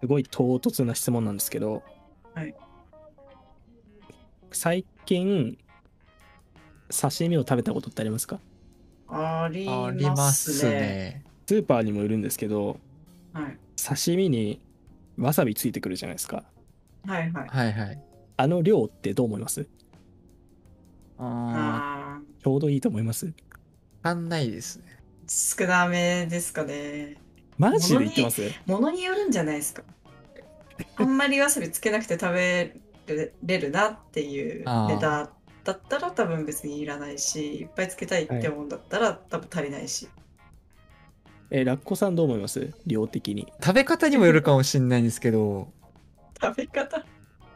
すごい唐突な質問なんですけど、はい最近刺身を食べたことってありますかありありまますすね。ね。スーパーにも売るんですけどはい、刺身にわさびついてくるじゃないですかはい、はい。はいはい。あの量ってどう思いますちああ、あょうどいいと思います足んないですね。ー少なめですかね。マジで言ってますものによるんじゃないですか。あんまりわさびつけなくて食べれるなっていうあーネタだったら多分別にいらないし、いっぱいつけたいって思うんだったら多分足りないし。えラッコさんどう思います量的に食べ方にもよるかもしれないんですけど、食べ方。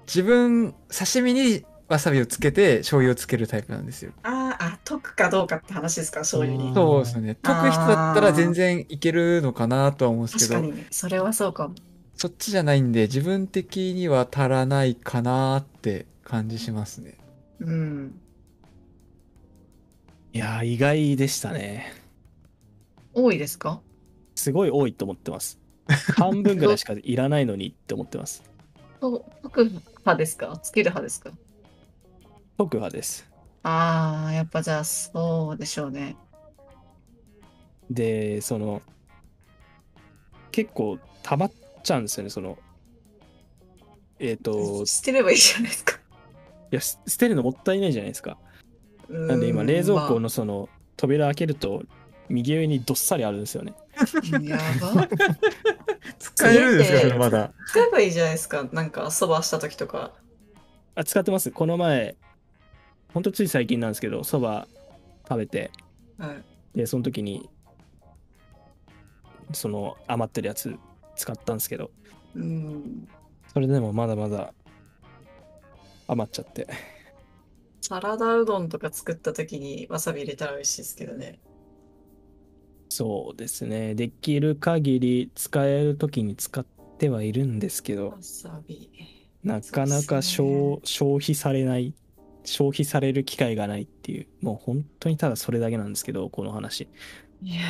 自分、刺身にわさびをつけて、醤油をつけるタイプなんですよ。あーあ、溶くかどうかって話ですか、醤油あにー。そうですね。あー溶く人だったら全然いけるのかなとは思うんで確すけかど、にね、それはそうかも。そっちじゃないんで、自分的には足らないかなって感じしますね。うん。いやー意外でしたね多いですかすごい多いと思ってます半分ぐらいしかいらないのにって思ってますと溶く派ですかつける派ですか特派ですああ、やっぱじゃあそうでしょうね。でその結構溜まっちゃうんですよねそのえっ、と捨てればいいじゃないですか。いやす捨てるのもったいないじゃないですか ななんで今冷蔵庫のその扉開けると右上にどっさりあるんですよねやば。使えるんですか、家そでれまだ。使えばいいじゃないですか。 なんかそばした時とか。あ使ってますこの前ほんとつい最近なんですけどそば食べてはい。でその時にその余ってるやつ使ったんですけどうん。それでもまだまだ余っちゃってサラダうどんとか作った時にわさび入れたら美味しいですけどね。そうですね。できる限り使えるときに使ってはいるんですけどわ、さび。なかなかそ消う消費されない、消費される機会がないっていう、もう本当にただそれだけなんですけど、この話。いや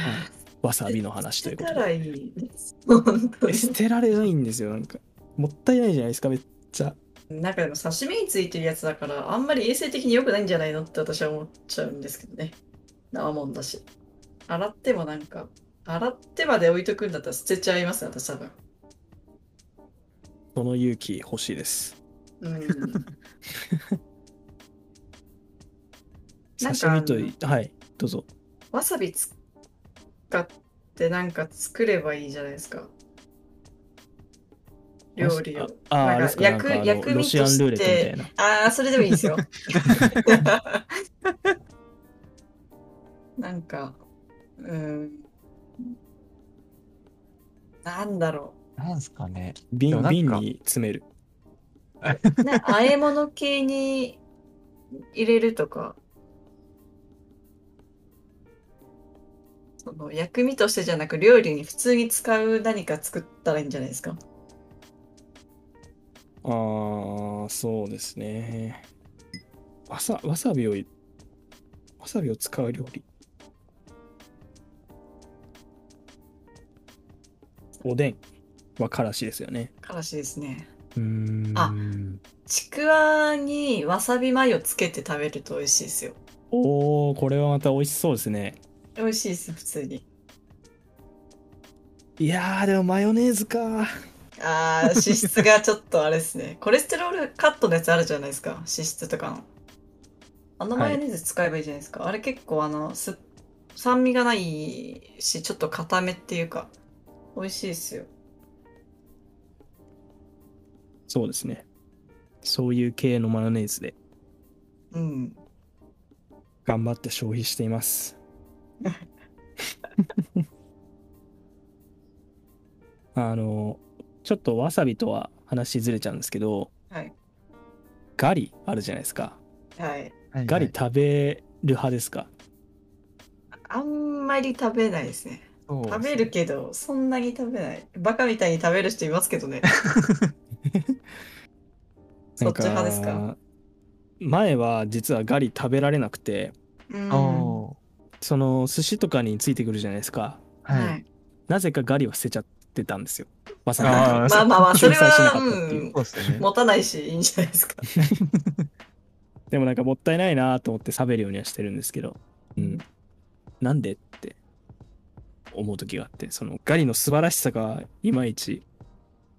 わさびの話ということ捨てたらで。いい です。本当えに捨てられないんですよ、なんか。もったいないじゃないですか、めっちゃ。なんかでも刺身についてるやつだから、あんまり衛生的に良くないんじゃないのって私は思っちゃうんですけどね。生もんだし。洗ってもなんか、洗ってまで置いとくんだったら捨てちゃいますね、私多分。その勇気欲しいです。うん。 なんか刺身とい、はい、どうぞ。わさび使ってなんか作ればいいじゃないですか。料理を。ああ、あれですか、なんかなん薬かあのロシ薬味アとンしてルーレットみたいな。ああ、それでもいいですよ。なんか、うん。なんだろなんすかね。で瓶もなんか瓶に詰める。う。な和え物系に入れるとか。その薬味としてじゃなく料理に普通に使う何か作ったらいいんじゃないですか。ああ、そうですね。わさ、わさびを、わさびを使う料理。おでんはからしですよね。からしですね。うーんあちくわにわさびマヨつけて食べると美味しいですよ。おお、これはまた美味しそうですね。美味しいです、普通に。いやー、でもマヨネーズか。ああ、脂質がちょっとあれで すね。コレステロールカットのやつあるじゃないですか。脂質とかの。あのマヨネーズ使えばいいじゃないですか。あれ結構あの、す酸味がないし、ちょっと固めっていうか、美味しいですよ。そうですね。そういう系のマヨネーズでうん。頑張って消費してい ます。あの、ちょっとわさびとは話ずれちゃうんですけど、はい。ガリあるじゃないですか。はい。ガリ食べる派ですか、あんまり食べないですね。食食べるけど、そんなに食べない。バカみたいに食べる人います けどね。そっち派ですなんか前は実はガリ食べられなくて、うん。ああ。その寿司とかについてくるじゃないですか。は。はいい。なぜかガリは捨てちゃってたんですよ。わさあび。ーまあまあ まあ、そ救れ済しなは、かったっていううん、そうですね。持たないし、いいんじゃないで すか。でもなんかもったいないなと思って喋るようにはしてるんですけど、うん。なんでって思う時があって、そのガリの素晴らしさがいまいち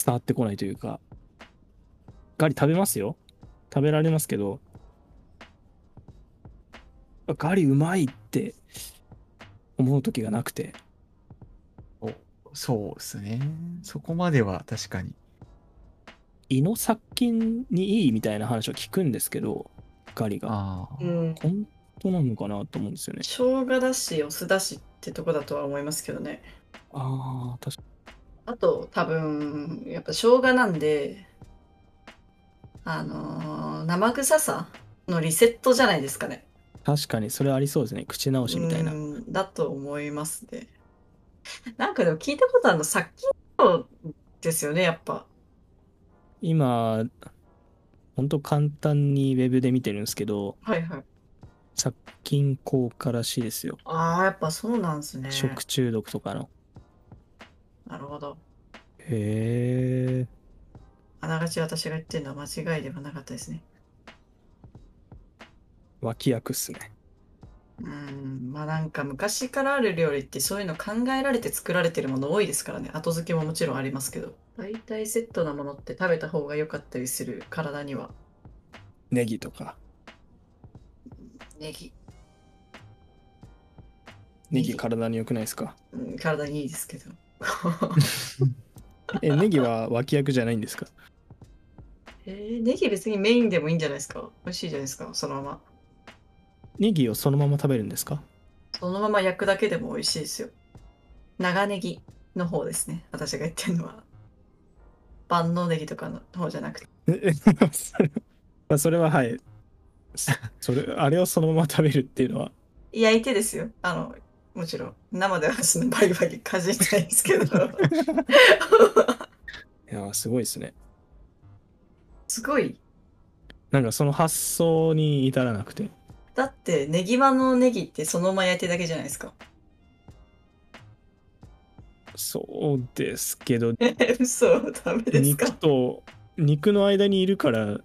伝わってこないというか、ガリ食べますよ。食べられますけど、あガリうまいって思う時がなくて、そうですね。そこまでは確かに。胃の殺菌にいいみたいな話を聞くんですけど、ガリが。ああう。ん。本当なのかなと思うんですよね。生姜だし、お酢だしってとこだとは思いますけどね。ああ、確かあと、多分、やっぱ生姜なんで、あのー生臭さのリセットじゃないですかね。確かにそれありそうですね。口直しみたいな。あうんだと思いますね。なんかでも聞いたことあるの、殺菌作用ですよね、やっぱ。今、本当簡単にウェブで見てるんですけど、はいはい。殺菌効果らしいですよ。ああ、やっぱそうなんですね。食中毒とかの。なるほど。へえ。あながち私が言ってるのは間違いではなかったですね。脇役っすね。うん、まあなんか昔からある料理ってそういうの考えられて作られてるもの多いですからね。後付けももちろんありますけど。大体セットなものって食べた方が良かったりする体には。ネギとか。ネギ、ネネギギ体に良くないですかうん、体にいいですけど。え、ネギは脇役じゃないんですかえーネギ別にメインでもいいんじゃないですか。美味しいじゃないですか、そのまま。ネギをそのまま食べるんですかそのまま焼くだけでも美味しいですよ。長ネギの方ですね。私が言ってるのは。万能ネギとかの方じゃなくて。え それまあそれははい。そそれ、あれをそのまま食べるっていうのは、焼いてですよ。あの、もちろん。生ではそのバリバリかじりたいですけど。いやー、すごいですね。すごい。なんかその発想に至らなくて。だって、ネギまのネギってそのまま焼いてるだけじゃないですか。 そうですけど、え、嘘、ダメですか肉。と肉の間にいるから、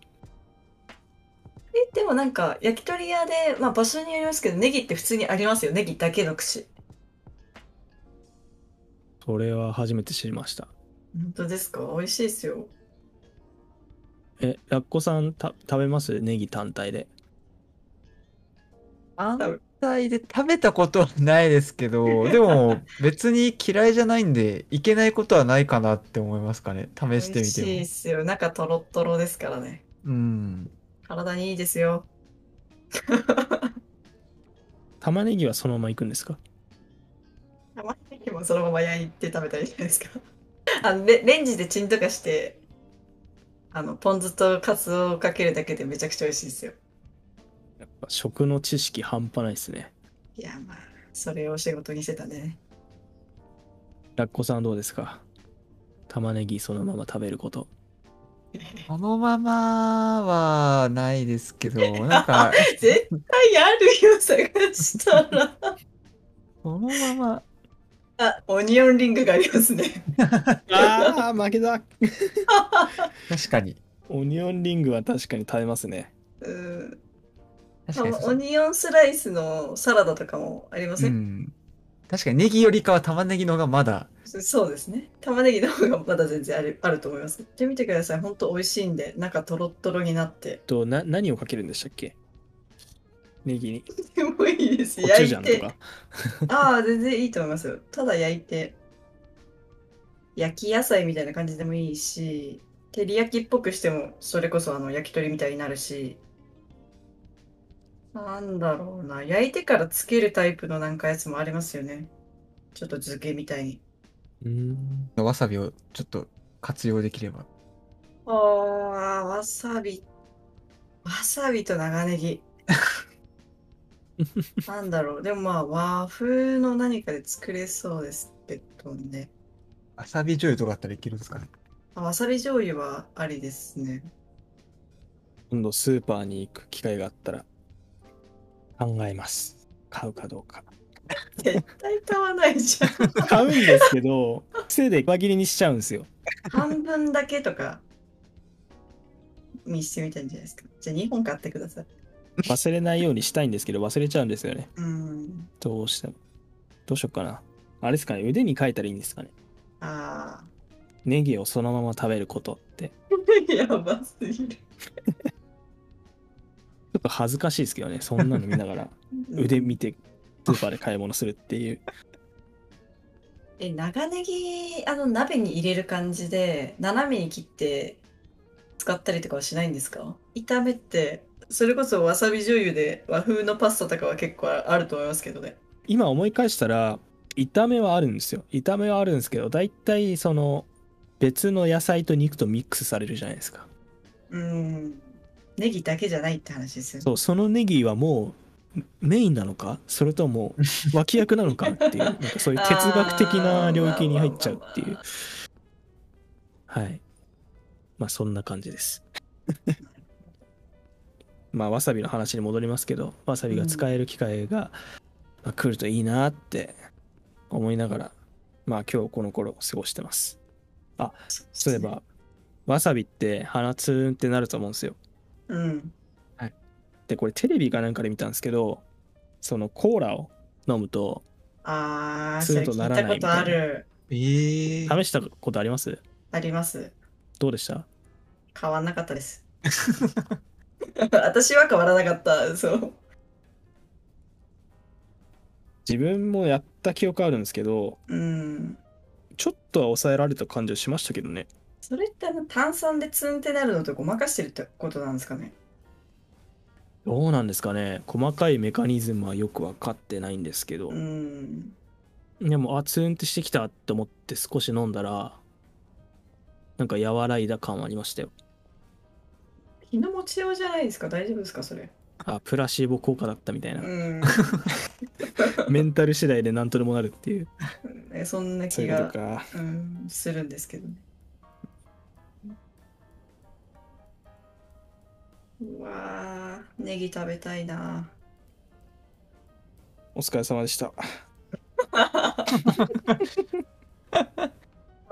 え、でもなんか、焼き鳥屋で、まあ場所によりますけど、ネギって普通にありますよ。ネギだけの串。それは初めて知りました。本当ですか美味しいですよ。え、ラッコさんた食べますネギ単体で。単体で食べたことはないです けど、でも別に嫌いじゃないんで、いけないことはないかなって思いますかね。試して美味みしいてですよ。中トロットロですからね。も。うん。体にいいですよ。玉ねぎはそのままいくんですか玉ねぎもそのまま焼いて食べたらいいじゃないですか。 あのレレンジでチンとかして、あの、ポン酢とカツオをかけるだけでめちゃくちゃ美味しいですよ。やっぱ食の知識半端ないですね。いや、まあ、それを仕事にしてたんでね。ラッコさんどうですか玉ねぎそのまま食べること。このままはないです けど、なんか、絶対あるよ、探したら。このまま、あ、 オニオンリングがありますね。ああ、負けた 確かに。オニオンリングは確かに食べますね。うん。確かにそうオニオンスライスのサラダとかもありませ、うんん。確かにネギよりかは玉ねぎの方がまだ、そうですね。玉ねぎの方がまだ全然ある あると思います。やってみてください。ほんと美味しいんで、中トロットロになって。 と、な、何をかけるんでしたっけネギに。でもいいです。コチュ焼ジいャンとて。か。ああ、全然いいと思いますよ。ただ焼いて。焼き野菜みたいな感じでもいいし、照り焼きっぽくしても、それこそあの焼き鳥みたいになるし。なんだろうな。焼いてからつけるタイプのなんかやつもありますよね。ちょっと漬けみたいに。うーん。わさびをちょっと活用できれば。ああ、わさび。わさびと長ネ ギ。なんだろう。でもまあ和風の何かで作れそうですけどね。わさび醤油とかあったらいけるんですかね。あわさび醤油はありですね。今度スーパーに行く機会があったら考えます買うかどうか絶対買わないじゃん。買うんですけど癖で輪切りにしちゃうんですよ半分だけとかにしてみたいんじゃないですか。じゃあ2本買ってください。忘れないようにしたいんですけど、忘れちゃうんですよね。うん。どうしても。どうしよっかな。あれですかね、腕に書いたらいいんですかね。あネギをそのまま食べることって。ちあ。 やばすぎる。ょっと恥ずかしいですけどね、そんなの見ながら腕見て、スーパーで買い物するっていう。え、長ネギ、あの、鍋に入れる感じで、斜めに切って使ったりとかはしないんですか炒めて、それこそわさび醤油で和風のパスタとかは結構あると思いますけどね。今思い返したら、炒めはあるんですよ。炒めはあるんですけど、だいたいその、別の野菜と肉とミックスされるじゃないですか。うん。ネギだけじゃないって話ですよね。そう、そのネギはもう、メインなのかそれとも 脇役なのかっていうなんかそういう哲学的な領域に入っちゃうっていうはいまあそんな感じ ですまあわさびの話に戻りますけどわさびが使える機会が、まあ、来るといいなって思いながらまあ今日この頃を過ごしてますそういえばわさびって鼻ツーンってなると思うんですようん。でこれテレビかなんかで見たんですけどそのコーラを飲むとああ、すそれると聞いならないたことある。え試えしたことありますあります。どうでした変わんなかったです。 私は変わらなかった。そう。自分もやった記憶あるんですけどうん。ちょっとは抑えられた感じはしましたけどねそれってあの炭酸でツンってなるのとごまかしてるってことなんですかね。どうなんですかね細かいメカニズムはよく分かってないんですけど、うん。でもあツーンってしてきたって思って少し飲んだらなんか和らいだ感はありましたよ日の持ちようじゃないですか。大丈夫ですか、それ。あプラシーボ効果だったみたいな、うん。メンタル次第で何とでもなるっていうえそんなそう気いうことが、かうん、するんですけどね。うわー、ネギ食べたいな。お疲れ様でした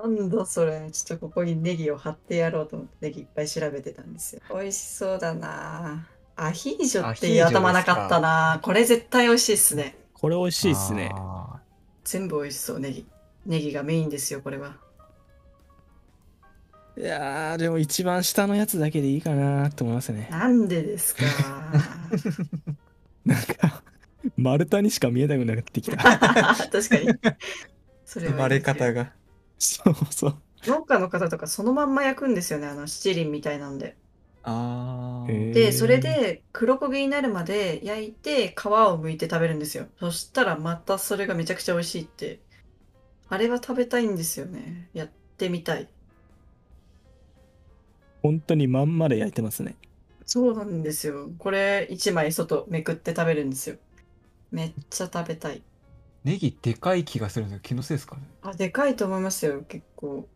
なんだそれ、ちょっとここにネギを貼ってやろうと思ってネギいっぱい調べてたんですよ。美味しそうだなぁアヒージョっていうアヒージョですか頭なかったなぁこれ絶対美味しいっすね。これ美味しいっすねあ全部美味しそう、ネギ。ネギがメインですよ、これは。いやーでも一番下のやつだけでいいかなと思いますねなんでですかなんか丸太にしか見えなくなってき た 確かに。そーれ生はまいいれですけど方が。そうそう農家の方とかそのまんま焼くんですよね、あの七輪みたいなんで。ああ。へーで、それで黒焦げになるまで焼いて皮を剥いて食べるんですよ。そしたらまたそれがめちゃくちゃ美味しいって。あれは食べたいんですよね。やってみたい。本当にまんまで焼いてますねそうなんですよ。これ一枚外めくって食べるんですよ。めっちゃ食べたい。ネギでかい気がするんですけど、気のせいですかね。あ、でかいと思いますよ、結構。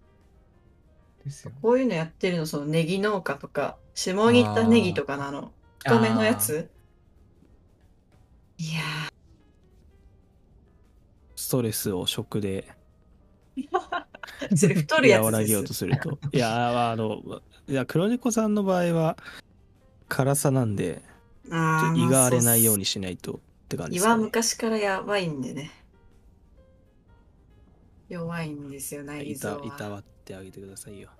ですよね。こういうのやってるの、そのネギ農家とか、下仁田ネギとかなの。太めのや ついやストレスを食で ー、それ太るや和つらでげようすと。する といやあのいや黒猫さんの場合は辛さなんでちあょー胃が荒れまあないようそうっすにしないとって感じ胃ですかはね昔からやばいんでね。弱いんですよ、内い臓たは。いたわってあげてくださいよ